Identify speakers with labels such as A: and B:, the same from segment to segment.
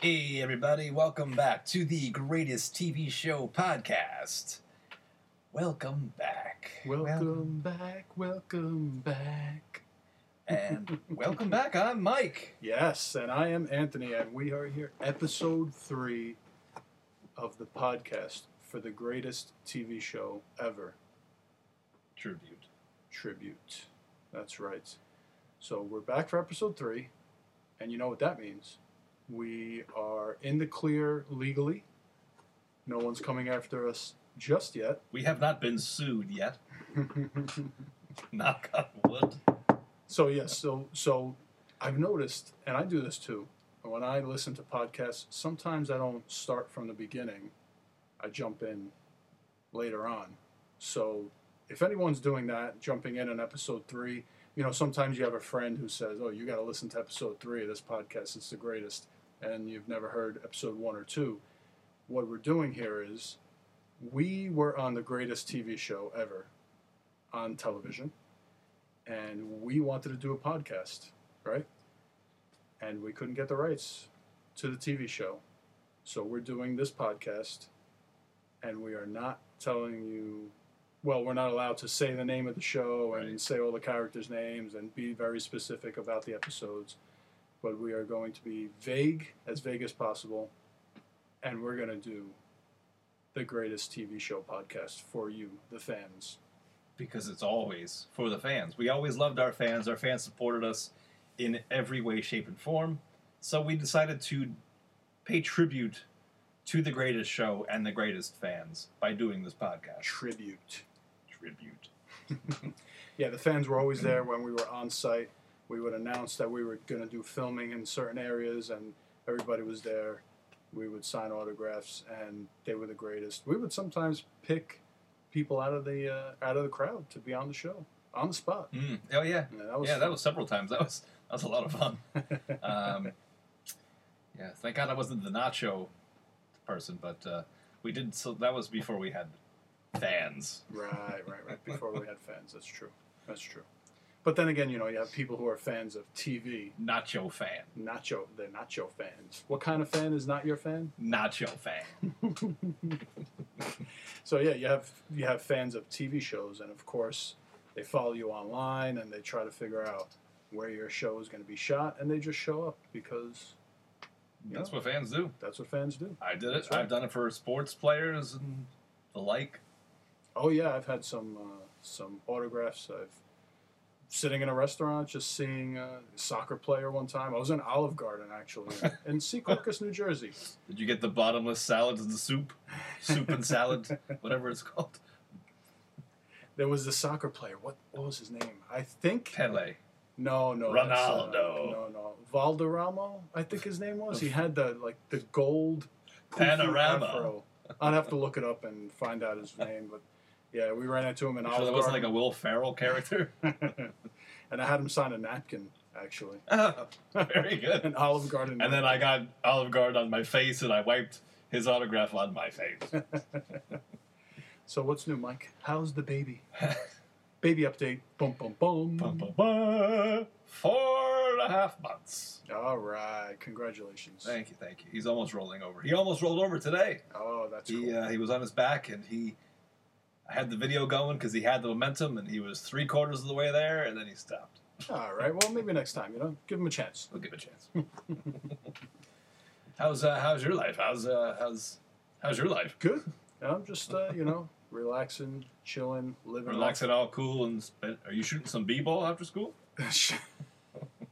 A: Hey, everybody, welcome back to the greatest TV show podcast. Welcome back.
B: Welcome back, welcome back.
A: And welcome back. I'm Mike.
B: Yes, and I am Anthony, and we are here, episode three of the podcast for the greatest TV show ever
A: Tribute.
B: tribute. That's right. So we're back for episode three, and you know what that means. We are in the clear legally. No one's coming after us just yet.
A: We have not been sued yet. Knock on wood.
B: So yes, so so I've noticed, and I do this too. When I listen to podcasts, sometimes I don't start from the beginning. I jump in later on. So if anyone's doing that, jumping in on episode three, you know, sometimes you have a friend who says, "Oh, you got to listen to episode three of this podcast; it's the greatest," and you've never heard episode one or two. What we're doing here is, we were on the greatest TV show ever on television and we wanted to do a podcast, right? And we couldn't get the rights to the TV show. So we're doing this podcast, and we are not telling you, well, we're not allowed to say the name of the show and
A: Right.
B: say all the characters' names and be very specific about the episodes, but we are going to be vague, as vague as possible, and we're going to do the greatest TV show podcast for you, the fans.
A: Because it's always for the fans. We always loved our fans. Our fans supported us in every way, shape, and form. So we decided to pay tribute to the greatest show and the greatest fans by doing this podcast.
B: Tribute.
A: Tribute.
B: Yeah, the fans were always there when we were on site. We would announce that we were going to do filming in certain areas, and everybody was there. We would sign autographs, and they were the greatest. We would sometimes pick people out of the uh, out of the crowd to be on the show on the spot.
A: Mm. Oh, yeah.
B: Yeah, that was
A: yeah, that was several times. That was that was a lot of fun. Um, yeah, thank God I wasn't the nacho person, but uh, we did. So that was before we had fans.
B: right, right, right. Before we had fans, that's true. That's true. But then again, you know, you have people who are fans of TV.
A: Nacho fan,
B: Nacho, they're nacho fans. What kind of fan is not your fan?
A: nacho fan.
B: So yeah, you have you have fans of TV shows, and of course, they follow you online and they try to figure out where your show is going to be shot, and they just show up because
A: That's what fans do.
B: that's what fans do.
A: I did it.
B: That's right.
A: I've done it for sports players and the like.
B: Oh yeah, I've had some uh, some autographs. I've sitting in a restaurant just seeing a soccer player one time. I was in Olive Garden actually in Secaucus, New Jersey.
A: Did you get the bottomless salads and the soup, soup and salad, whatever it's called?
B: There was the soccer player. What what was his name? I think
A: Pele.
B: No, no. that's, uh,
A: Ronaldo.
B: no, no. Valderramo, I think his name was. He had the like the gold poofy
A: Panorama.
B: afro. I'd have to look it up and find out his name, but yeah, we ran into him in
A: You sure
B: Olive
A: that wasn't like a
B: Garden,
A: Will Ferrell character?
B: and I had him sign a napkin actually.
A: Oh, very good.
B: An Olive Garden.
A: And then I got Olive Garden on my face, and I wiped his autograph on my face.
B: So what's new, Mike? How's the baby? baby update. Boom, boom, boom.
A: Bum, bum, bum. Four and a half months.
B: All right, congratulations.
A: Thank you, thank you. He's almost rolling over. He almost rolled over today.
B: Oh, that's
A: He
B: cool.
A: uh, he was on his back, and he. I had the video going because he had the momentum, and he was three quarters of the way there, and then he stopped.
B: All right. Well, maybe next time. You know, give him a chance.
A: We'll give it a chance. how's uh, how's your life? How's uh, how's how's your life?
B: Good. I'm just uh, you know relaxing, chilling, living. life.
A: Relaxing, all cool, and spent, are you shooting some b-ball after school?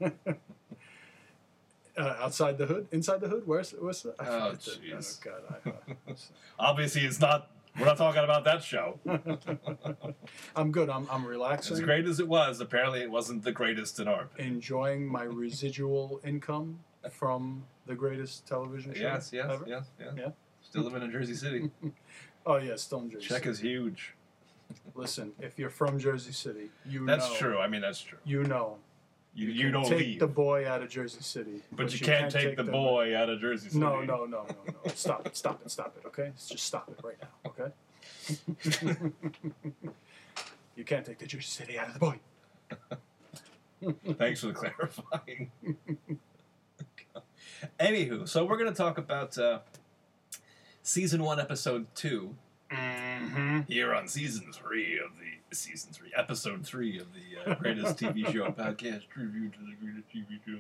B: Uh, outside the hood, inside the hood. Where's where's the? I
A: Oh,
B: forget the-
A: jeez.
B: Oh God, I, uh,
A: Obviously, it's not. We're not talking about that show.
B: uh, I'm good. I'm I'm
A: As
B: relaxing,
A: great as it was, apparently it wasn't the greatest in our opinion.
B: enjoying my residual income from the greatest television show.
A: Yes, yes,
B: ever.
A: yes, yes.
B: Yeah.
A: Still living in Jersey City.
B: Oh yeah, still in Jersey.
A: Check
B: City.
A: is huge.
B: Listen, if you're from Jersey City, you
A: That's
B: know,
A: true. I mean, that's true.
B: You know,
A: You, you,
B: can
A: don't
B: take
A: leave,
B: the boy out of Jersey City,
A: but, you, can't, take, the boy out of Jersey City.
B: No, no, no, no, no. Stop it, stop it, stop it, okay? Just stop it right now, okay? you can't take the Jersey City out of the boy.
A: Thanks for clarifying. Anywho, so we're going to talk about uh, season one, episode two.
B: Mm-hmm.
A: Here on season three of the season three, episode three of the uh, greatest TV show podcast tribute to the greatest TV show.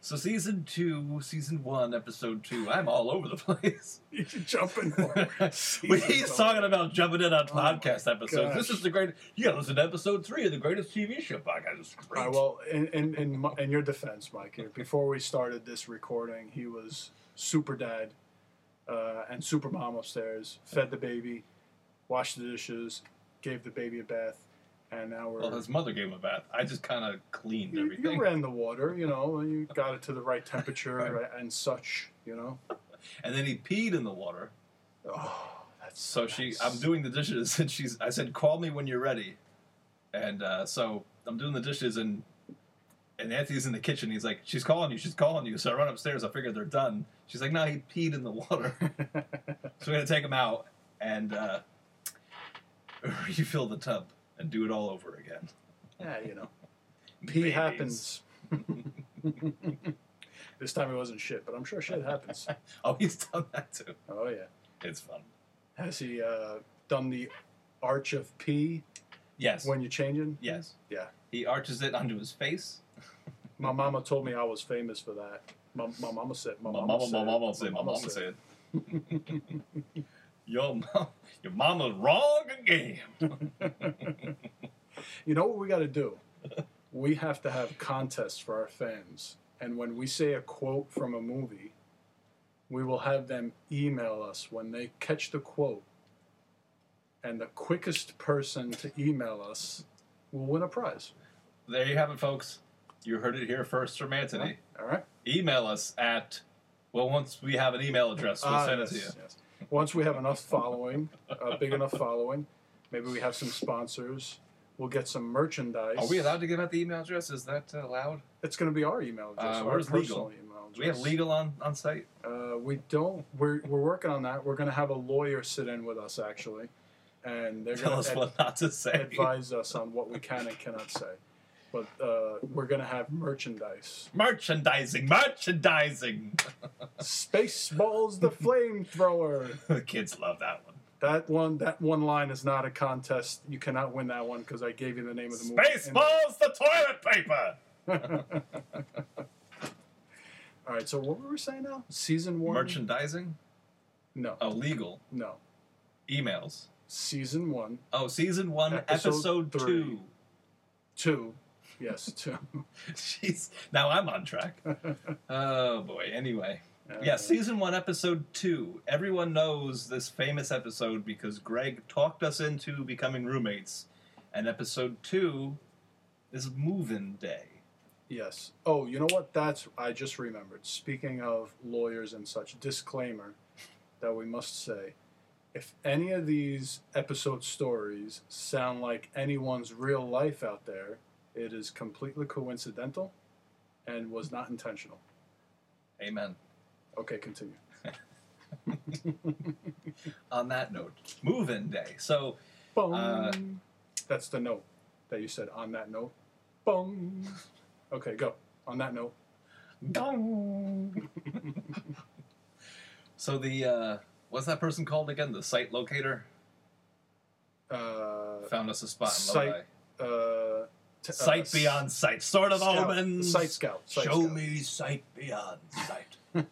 A: So season two, season one, episode two. I'm all over the place.
B: Jumping.
A: When he's talking about jumping in on
B: Oh my
A: podcast episodes, this
B: gosh.
A: is the great. You gotta listen to episode three of the greatest TV show podcast. It's great.
B: All right, well, in, in, in, my, in your defense, Mike, here, before we started this recording, he was super dad uh, and super mom upstairs, fed the baby, washed the dishes, gave the baby a bath, and now we're.
A: Well, his mother gave him a bath. I just kind of cleaned
B: you,
A: everything.
B: you ran the water, you know, and you got it to the right temperature and such, you know.
A: And then he peed in the water.
B: Oh, that's
A: So she,
B: nice.
A: I'm doing the dishes, and she's. I said, "Call me when you're ready." And uh, so I'm doing the dishes, and and Anthony's in the kitchen. He's like, "She's calling you. She's calling you." So I run upstairs. I figure they're done. She's like, "No, he peed in the water." so we're gonna take him out and uh, refill the tub and do it all over again.
B: yeah, you know. Pee
A: Babies.
B: happens. this time it wasn't shit, but I'm sure shit happens.
A: Oh, he's done that too.
B: Oh yeah.
A: It's fun.
B: Has he uh, done the arch of P
A: Yes.
B: when you're changing?
A: yes.
B: Yeah.
A: He arches it onto his face.
B: My mama told me I was famous for that. My, my mama said. My,
A: My
B: mama,
A: mama,
B: said,
A: my mama said, my mama said. Your mom, your mama's wrong again.
B: You know what we got to do? We have to have contests for our fans, and when we say a quote from a movie, we will have them email us when they catch the quote, and the quickest person to email us will win a prize.
A: There you have it, folks. You heard it here first from Anthony.
B: All right.
A: Email us at, well, once we have an email address, we'll
B: Ah,
A: send it to you.
B: yes, yes. Once we have enough following, a big enough following, maybe we have some sponsors. We'll get some merchandise.
A: Are we allowed to give out the email address? Is that uh, allowed?
B: It's going to be our email address.
A: Uh,
B: our
A: where's
B: personal
A: legal?
B: email address.
A: Do we have legal on, on site?
B: Uh, we don't. We're, we're working on that. We're going to have a lawyer sit in with us actually, and they're
A: Tell
B: going
A: us
B: to
A: what not to say.
B: advise us on what we can and cannot say. But uh, we're going to have merchandise.
A: Merchandising, merchandising.
B: Spaceballs the flamethrower.
A: the kids love that one.
B: That one. That one line is not a contest. You cannot win that one because I gave you the name of the movie. And-
A: Spaceballs the toilet paper.
B: All right. So what were we saying now? Season one.
A: Merchandising?
B: No.
A: Oh, legal.
B: No.
A: Emails.
B: Season one.
A: Oh, season one, episode,
B: Episode
A: two.
B: three. Two. Yes. Two.
A: Jeez, now I'm on track. oh boy. Anyway, yeah,
B: Uh,
A: season one, episode two. Everyone knows this famous episode because Greg talked us into becoming roommates, and episode two is moving day.
B: Yes. Oh, you know what? That's I just remembered. Speaking of lawyers and such, disclaimer that we must say. If any of these episode stories sound like anyone's real life out there, it is completely coincidental and was not intentional.
A: Amen.
B: Okay, continue.
A: On that note, moving day. So
B: Boom.
A: Uh,
B: That's the note that you said on that note. Boom. Okay, go. On that note.
A: Dong. so the uh, what's that person called again? The site locator
B: Uh,
A: found us a spot in
B: Site-
A: Lodi.
B: uh, t- uh,
A: Sight beyond sight, sort of
B: Scout.
A: omens.
B: Site scout. Site
A: Show
B: scout.
A: me sight beyond sight.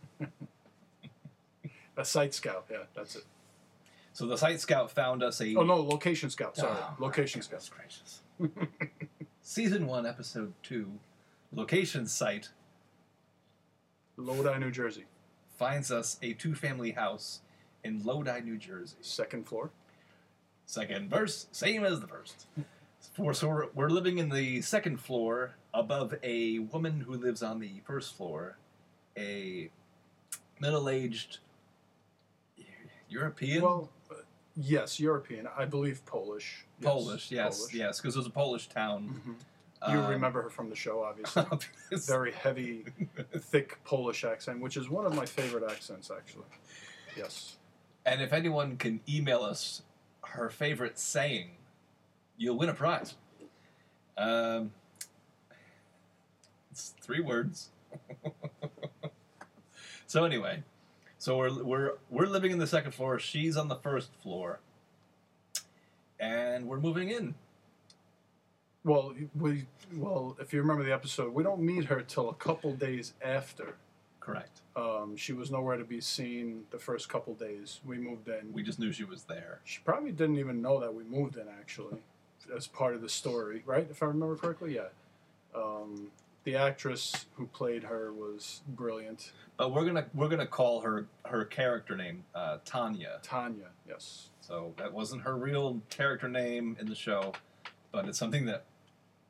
B: A site scout, yeah, that's it.
A: so the site scout found us a
B: Oh no, location scout. Sorry,
A: Oh, my
B: location scout.
A: goodness gracious. Season one, episode two, location site
B: Lodi, New Jersey,
A: finds us a two-family house in Lodi, New Jersey.
B: second floor.
A: Second verse, same as the first. For, so we're, we're living in the second floor above a woman who lives on the first floor, a middle-aged European.
B: Well, uh, yes, European. I believe Polish. Yes,
A: Polish, yes, yes, 'cause yes, because it was a Polish town.
B: Mhm. You
A: Um,
B: remember her from the show, obviously. Very heavy, thick Polish accent, which is one of my favorite accents, actually. Yes.
A: and if anyone can email us her favorite saying, you'll win a prize. Um, it's three words. So anyway, so we're we're we're living in the second floor. She's on the first floor, and we're moving in.
B: Well, we well, if you remember the episode, we don't meet her till a couple days after.
A: Correct.
B: Um, she was nowhere to be seen the first couple days. We moved in.
A: We just knew she was there.
B: she probably didn't even know that we moved in actually, as part of the story, right? If I remember correctly, yeah. Um, the actress who played her was brilliant,
A: But we're gonna we're gonna call her her character name uh, Tanya.
B: Tanya. Yes.
A: So that wasn't her real character name in the show, but it's something that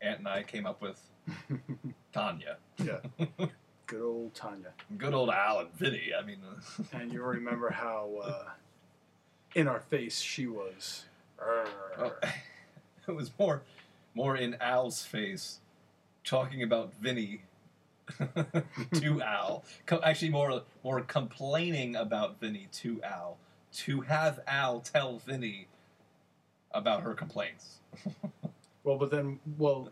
A: Aunt and I came up with. Tanya,
B: Yeah. Good old Tanya.
A: good old Al and Vinny. I mean,
B: And you remember how uh, in our face she was.
A: oh, it was more more in Al's face talking about Vinny to Al. Co- actually, more more complaining about Vinny to Al. To have Al tell Vinny about her complaints.
B: Well, but then, well,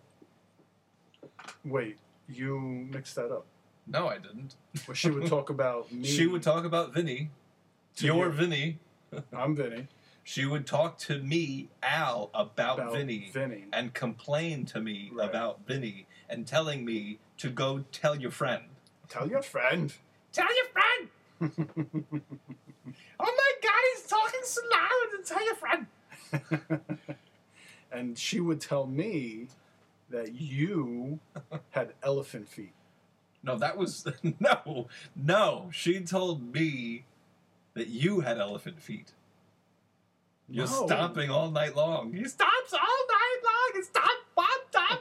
B: wait, you mixed that up.
A: No, I didn't.
B: Well, she would talk about me.
A: She would talk about Vinny.
B: To
A: your
B: you.
A: Vinny.
B: I'm Vinny.
A: She would talk to me, Al, about,
B: About
A: Vinny,
B: Vinny.
A: and complain to me
B: Right.
A: about Vinny and telling me to go tell your friend.
B: Tell your friend.
A: Tell your friend! oh my god, he's talking so loud! Tell your friend!
B: and she would tell me that you had elephant feet.
A: No, that was. No, no. She told me that you had elephant feet. You're
B: No.
A: stomping all night long. He stomps all night long. He stomp, stomp,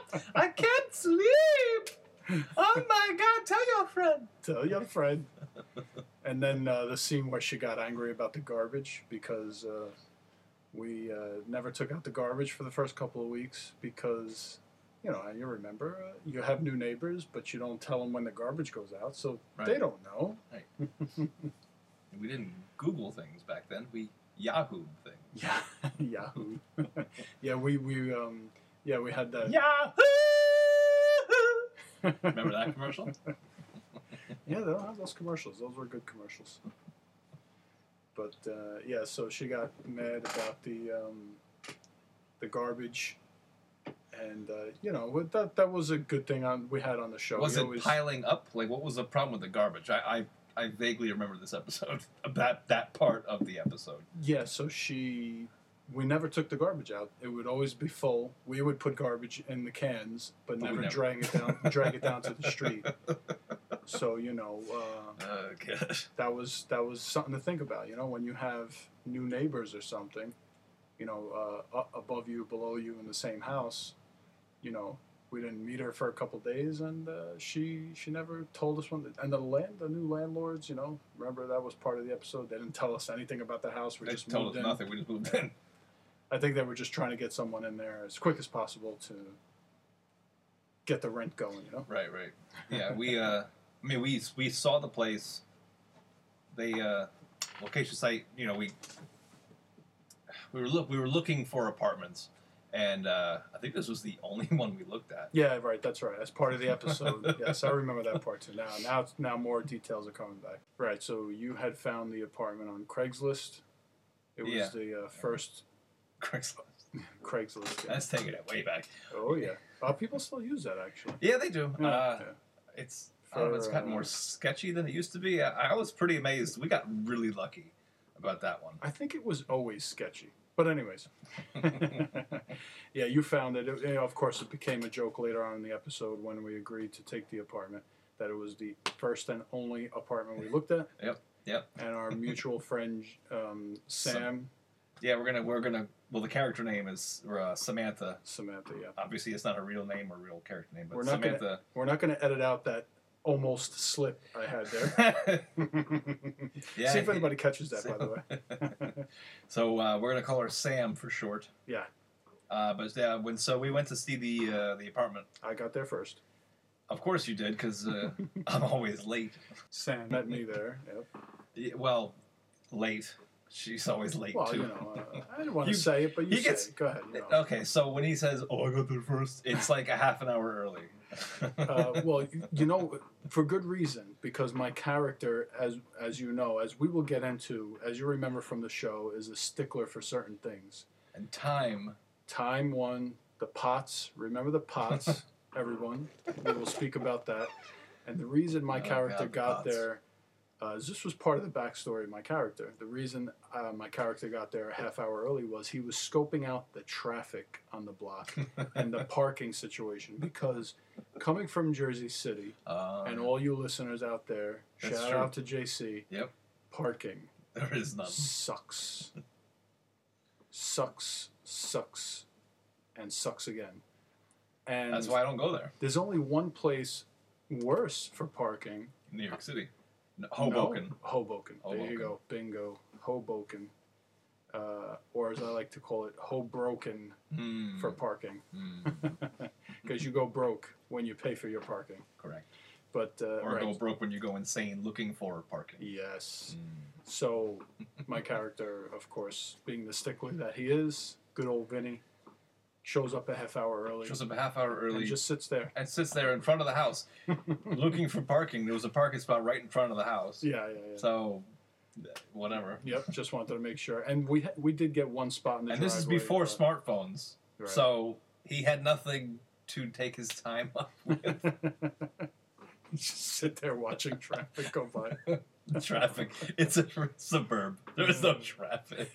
A: stomp. I can't sleep. Oh my God! Tell your friend.
B: Tell your friend. and then uh, the scene where she got angry about the garbage because uh, we uh, never took out the garbage for the first couple of weeks because, you know, you remember, uh, you have new neighbors, but you don't tell them when the garbage goes out, so they
A: Right.
B: don't know.
A: We didn't Google things back then. We Yahooed things.
B: Yeah, Yahoo. yeah, we we um, yeah we had that.
A: Yahoo! Remember that commercial?
B: Yeah, they don't have those commercials. Those were good commercials. But uh, yeah, so she got mad about the um, the garbage, and uh, you know with that that was a good thing on we had on the show.
A: was
B: We
A: it
B: always-
A: piling up? Like, what was the problem with the garbage? I, I, I vaguely remember this episode. That that part of the episode.
B: Yeah, so she we never took the garbage out. It would always be full. We would put garbage in the cans, but
A: But we
B: never,
A: never-
B: drag it down drag it down to the street. So you know. Uh,
A: Oh gosh.
B: that was that was something to think about. You know, when you have new neighbors or something, you know, uh, u- above you, below you, in the same house. You know, we didn't meet her for a couple days, and uh, she she never told us when. The, and the land, the new landlords, you know, remember that was part of the episode. They didn't tell us anything about the house. We
A: They
B: just
A: told
B: moved
A: us
B: in.
A: nothing. We just moved in.
B: I think they were just trying to get someone in there as quick as possible to get the rent going. You know,
A: Right, right. Yeah, we. Uh, I mean, we we saw the place. They uh, location site. You know, we we were look we were looking for apartments, and uh, I think this was the only one we looked at.
B: Yeah, right. That's right. That's part of the episode. yes, I remember that part too. Now, now, now more details are coming back. Right. So you had found the apartment on Craigslist. It was
A: Yeah.
B: the uh, first
A: Craigslist.
B: Craigslist. yeah.
A: That's taking it way back.
B: Oh yeah. Uh, people still use that actually.
A: Yeah, they do.
B: Yeah,
A: Uh,
B: yeah.
A: it's I don't know, it's
B: Hmm. For,
A: gotten
B: uh,
A: more sketchy than it used to be. I, I was pretty amazed. We got really lucky about that one.
B: I think it was always sketchy. But anyways, yeah, you found it. It- you know, of course, it became a joke later on in the episode when we agreed to take the apartment that it was the first and only apartment we looked at.
A: Yep, yep.
B: And our mutual friend um,
A: Sam.
B: Sam
A: Yeah, we're gonna we're gonna. Well, the character name is uh, Samantha.
B: Samantha. Yeah,
A: Obviously, it's not a real name or real character name, but
B: We're not gonna-
A: Samantha.
B: we're not going to edit out that almost slip I had there.
A: yeah.
B: See if anybody catches that. By the way,
A: so uh, we're gonna call her Sam for short.
B: yeah,
A: Uh, but yeah, when so we went to see the uh, the apartment.
B: I got there first.
A: Of course you did, because uh, I'm always late.
B: Sam met me there. Yep.
A: Y- Well, late. She's always late
B: Well,
A: too.
B: you know, uh, I didn't want to
A: You-
B: say it, but
A: he
B: you say
A: gets-
B: it. Go ahead. you know.
A: Okay, so when he says, "Oh, I got there first, it's like a half an hour early.
B: uh, well, you- you know, for good reason, because my character, as as you know, as we will get into, as you remember from the show, is a stickler for certain things.
A: and time.
B: Time one, the pots. Remember the pots, everyone. We will speak about that. And the reason my
A: Oh, God,
B: character
A: the
B: got
A: pots.
B: there, uh, is this was part of the backstory of my character. The reason uh, my character got there a half hour early was he was scoping out the traffic on the block and the parking situation because coming from Jersey City
A: Um,
B: and all you listeners out there,
A: That's
B: shout
A: true.
B: out to JC.
A: Yep.
B: Parking
A: there is none.
B: sucks. sucks, sucks, and sucks again. And
A: That's why I don't go there.
B: there's only one place worse for parking.
A: New York City, No,
B: No,
A: Hoboken.
B: Hoboken. There
A: Hoboken.
B: you go. Bingo. Hoboken. Uh, or as I like to call it, Hobroken
A: Hmm,
B: for parking.
A: hmm,
B: Because you go broke when you pay for your parking.
A: correct.
B: But, uh,
A: Or
B: right.
A: go broke when you go insane looking for parking.
B: Yes.
A: Hmm.
B: So, my character, of course, being the stickler that he is, good old Vinny, shows up a half hour early
A: Shows up a half hour early
B: and just sits there.
A: and sits there in front of the house looking for parking. There was a parking spot right in front of the house.
B: Yeah, yeah, yeah.
A: So, whatever.
B: yep. Just wanted to make sure, and we ha- we did get one spot in the.
A: and this is
B: driveway, uh,
A: before
B: but-
A: smartphones.
B: Right.
A: So he had nothing to take his time up with
B: just sit there watching traffic go by.
A: traffic. It's a suburb. There's no traffic.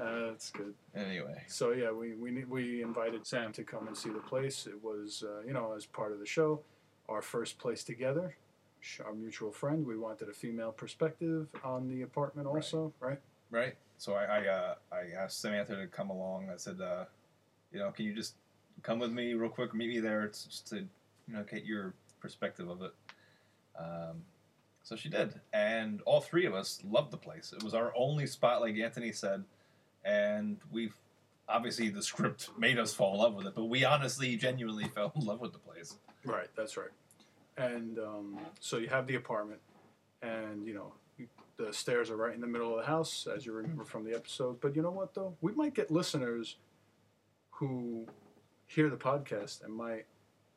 B: Uh, that's good.
A: Anyway.
B: So yeah, we we ne- we invited Sam to come and see the place. It was uh, you know as part of the show, our first place together, sh- our mutual friend. We wanted a female perspective on the apartment
A: Right.
B: also, right?
A: right? So I I, uh, I asked Samantha to come along. I said, uh, you know, can you just come with me real quick, meet me there, it's just to you know get your perspective of it. Um, so she did, and all three of us loved the place. It was our only spot, like Anthony said, and we've obviously the script made us fall in love with it, but we honestly, genuinely fell in love with the place.
B: Right, that's right. And um, so you have the apartment, and you know you- the stairs are right in the middle of the house, as you remember from the episode. But you know what though, we might get listeners who hear the podcast and might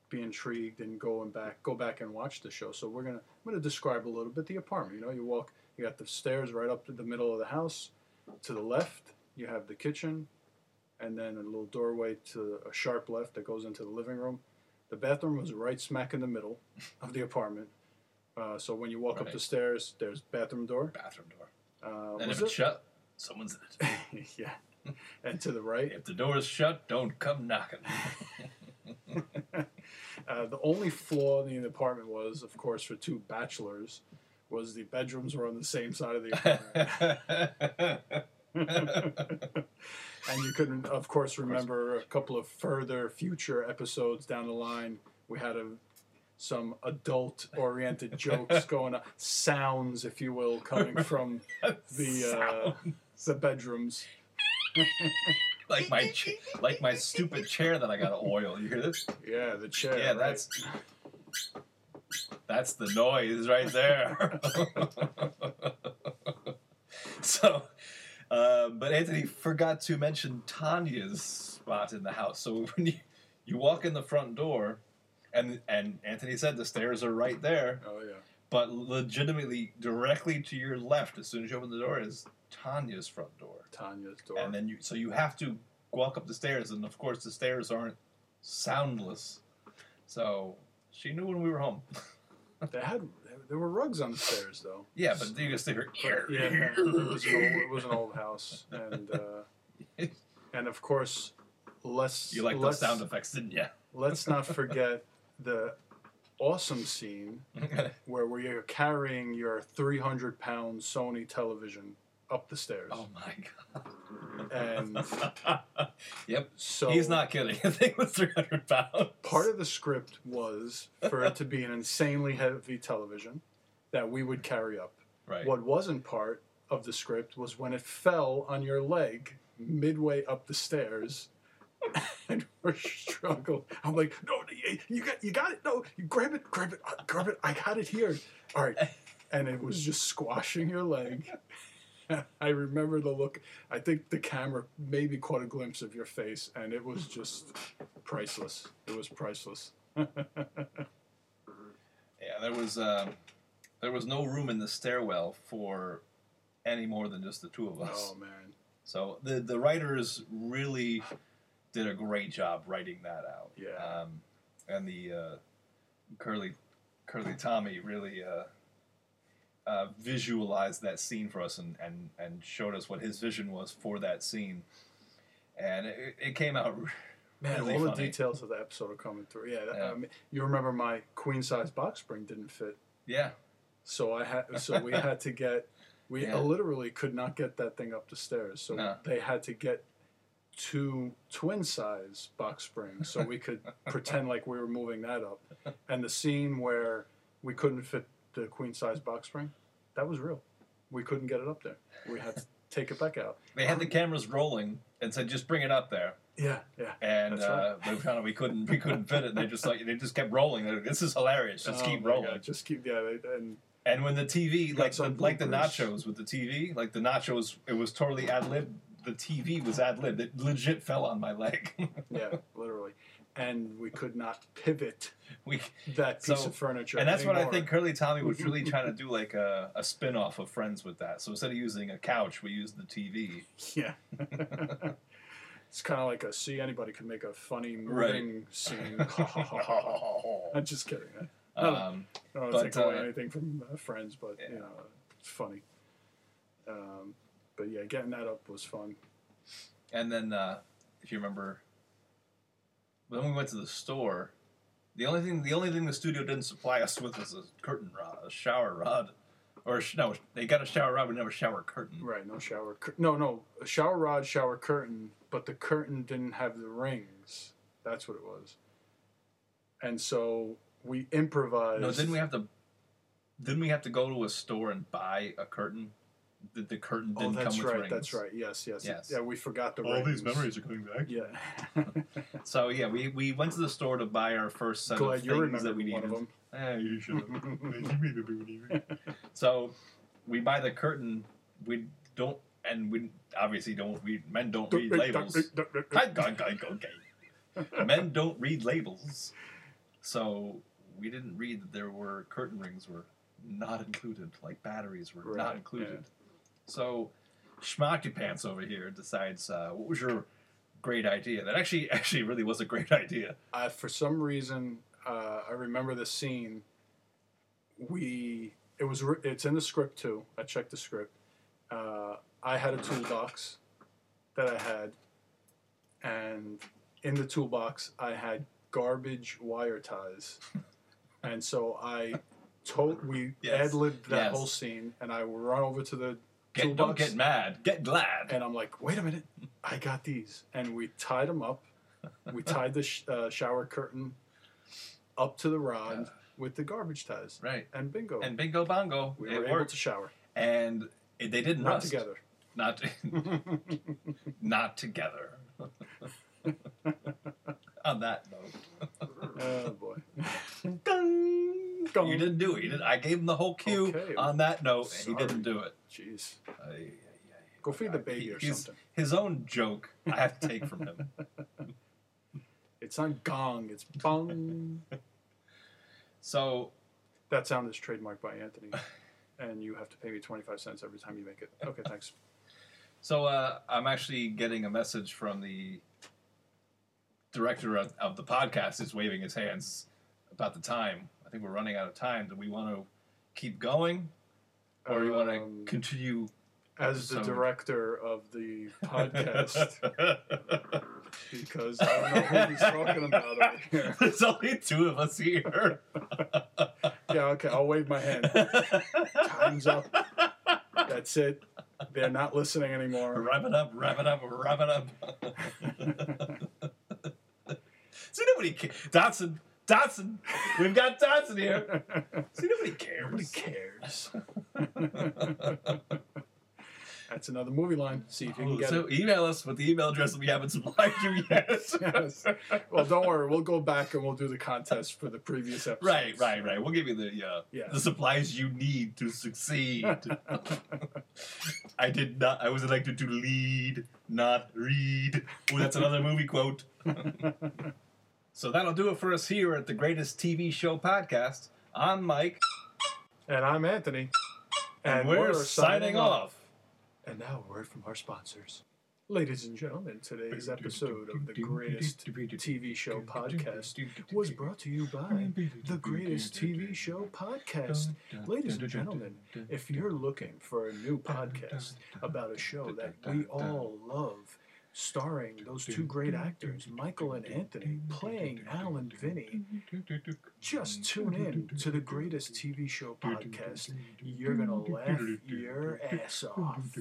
B: be intrigued and go and back go back and watch the show. So we're gonna I'm gonna describe a little bit the apartment. You know, you walk, you got the stairs right up to the middle of the house. To the left, you have the kitchen, and then a little doorway to a sharp left that goes into the living room. The bathroom was right smack in the middle of the apartment. Uh, so when you walk up
A: Right.
B: the stairs, there's bathroom door.
A: Bathroom door,
B: Uh,
A: and
B: was
A: if it's
B: it-
A: shut, someone's in it.
B: yeah. And to the right,
A: If the door is shut, don't come knocking.
B: Uh, the only flaw in the apartment was, of course, for two bachelors, was the bedrooms were on the same side of the apartment, and you couldn't, of course, remember a couple of further future episodes down the line. We had a, some adult-oriented jokes going on, sounds, if you will, coming from the uh, the bedrooms.
A: like my ch- like my stupid chair that I got to oil. You hear this?
B: Yeah, the chair.
A: Yeah,
B: right.
A: that's that's the noise right there. so, uh, but Anthony forgot to mention Tanya's spot in the house. So when you you walk in the front door, and and Anthony said the stairs are right there,
B: Oh yeah.
A: but legitimately directly to your left as soon as you open the door is Tanya's front door.
B: Tanya's door.
A: and then you so you have to walk up the stairs and of course the stairs aren't soundless so she knew when we were home
B: they had there were rugs on the stairs though.
A: yeah but you can still hear
B: yeah, it was an old, it was an old house, and uh, and of course, let's
A: you like those
B: let's,
A: sound effects didn't you
B: let's not forget the awesome scene where we are carrying your 300 pound Sony television up the stairs,
A: oh my
B: and
A: god yep
B: so
A: he's not kidding i think it was 300 pounds
B: Part of the script was for it to be an insanely heavy television that we would carry up.
A: right
B: What wasn't part of the script was when it fell on your leg midway up the stairs. and we're struggling. I'm like, no, you- you got, you got it. No, you grab it, grab it, uh, grab it. I got it here. All right, and it was just squashing your leg. I remember the look. I think the camera maybe caught a glimpse of your face, and it was just priceless. It was priceless.
A: Yeah, there was uh, there was no room in the stairwell for any more than just the two of us.
B: Oh man,
A: So the the writers really did a great job writing that out.
B: Yeah.
A: Um, and the uh, curly curly Tommy really uh, uh, visualized that scene for us and, and and showed us what his vision was for that scene, and it, it came out.
B: man,
A: really
B: all the
A: funny.
B: details of the episode are coming through. Yeah, that-
A: Yeah.
B: I mean, you remember my queen size box spring didn't fit,
A: Yeah.
B: so I had so we had to get we
A: Yeah.
B: literally could not get that thing up the stairs. So
A: No.
B: they had to get two twin size box springs so we could pretend like we were moving that up. And the scene where we couldn't fit the queen size box spring, that was real. We couldn't get it up there. We had to take it back out.
A: They had the cameras rolling and said, "Just bring it up there."
B: Yeah, yeah.
A: And
B: That's right.
A: uh, we found out we couldn't we couldn't fit it. And they just like they just kept rolling. They're like, this is hilarious. Just
B: Oh
A: keep
B: my
A: rolling.
B: God, Just keep yeah, they- and
A: And when the TV,
B: Got
A: like the,
B: some
A: like the
B: bloopers.
A: nachos with the TV, like the nachos, it was totally ad lib. The TV was ad lib. It legit fell on my leg.
B: yeah, literally. And we could not pivot
A: we,
B: that piece
A: So-
B: of furniture.
A: and that's what I
B: anymore.
A: think Curly Tommy was really trying to do, like a, a spin off of Friends with that. So instead of using a couch, we used the TV.
B: Yeah. it's kind of like a see anybody can make a funny
A: Right.
B: moving scene. I'm just kidding. I No.
A: um,
B: don't
A: But,
B: want to take away
A: uh,
B: anything from uh, friends, but
A: yeah.
B: you know, it's funny. Um, but yeah, getting that up was fun.
A: and then, uh, if you remember, when we went to the store, the only thing the only thing the studio didn't supply us with was a curtain rod, a shower rod, or a sh- no, they got a shower rod, but never shower curtain.
B: Right? No shower. Cur- no, no a shower rod, shower curtain, but the curtain didn't have the rings. That's what it was. And so we improvised.
A: No, didn't we have to? Didn't we have to go to a store and buy a curtain? The, the curtain
B: Oh,
A: didn't
B: that's
A: come with
B: right.
A: rings.
B: That's right. Yes, yes,
A: Yes.
B: Yeah, we forgot the rings.
A: are coming back.
B: Yeah.
A: So yeah, we, we went to the store to buy our first set of
B: Glad you
A: things that
B: remembered
A: we
B: one
A: needed.
B: of them.
A: Eh, you should have. so we buy the curtain. We don't, and we obviously don't. We men don't read labels. okay. Men don't read labels, so we didn't read that there were curtain rings were not included, like batteries were
B: Right,
A: not included. So, Schmocky Pants over here decides uh, what was your great idea? That actually actually really was a great idea.
B: Uh, for some reason, uh, I remember the scene. We it was re- it's in the script too. I checked the script. Uh, I had a toolbox that I had, and in the toolbox I had garbage wire ties, and so I told we
A: Yes,
B: ad libbed that
A: yes.
B: whole scene, and I run over to the
A: Get, don't
B: toolbox
A: get mad, get glad.
B: and I'm like, wait a minute, I got these. And we tied them up. We tied the sh- uh, shower curtain up to the rod with the garbage ties.
A: Right.
B: And bingo,
A: And bingo bongo,
B: we were
A: it
B: able
A: worked,
B: to shower.
A: and it, they didn't
B: Not
A: rust.
B: together.
A: Not not together. On that note.
B: oh boy.
A: Dun.
B: Dun.
A: You didn't do it. You didn't, I gave him the whole cue
B: Okay.
A: on that note, and he
B: Sorry.
A: didn't do it.
B: Jeez.
A: Ay, ay, ay.
B: Go feed the baby
A: He-
B: or
A: he's-
B: something.
A: His own joke, I have to take from him.
B: It's not gong. It's bong.
A: So,
B: that sound is trademarked by Anthony. And you have to pay me 25 cents every time you make it. Okay, thanks.
A: so uh, I'm actually getting a message from the director of, of the podcast. Is waving his hands about the time. I think we're running out of time. Do we want to keep going, or you want to
B: Um,
A: continue?
B: As
A: So-
B: the director of the podcast, because I don't know who he's talking about over here.
A: There's only two of us here.
B: Yeah, okay, I'll wave my hand. Time's up. That's it. They're not listening anymore.
A: Wrap it up, wrap it up, wrap it up. See, nobody cares. Dotson, Dotson, we've got Dotson here. See, nobody cares.
B: cares? At That's another movie line. See if you can get
A: Oh, so
B: it.
A: email us with the email address that we haven't supplied you yet.
B: Yes. Well, don't worry. We'll go back and we'll do the contest for the previous episode.
A: Right, right, right. We'll give you the uh,
B: Yeah.
A: the supplies you need to succeed. I did not. I was elected to lead, not read. Oh, that's another movie quote. so that'll do it for us here at the Greatest TV Show Podcast. I'm Mike,
B: And I'm Anthony.
A: and, we're, signing off.
B: And now a word from our sponsors. Ladies and gentlemen, today's episode of the greatest TV show podcast was brought to you by the greatest TV show podcast. Ladies and gentlemen, if you're looking for a new podcast about a show that we all love, starring those two great actors, Michael and Anthony, playing Al and Vinny, just tune in to the greatest TV show podcast. You're going to laugh your ass off.
C: off.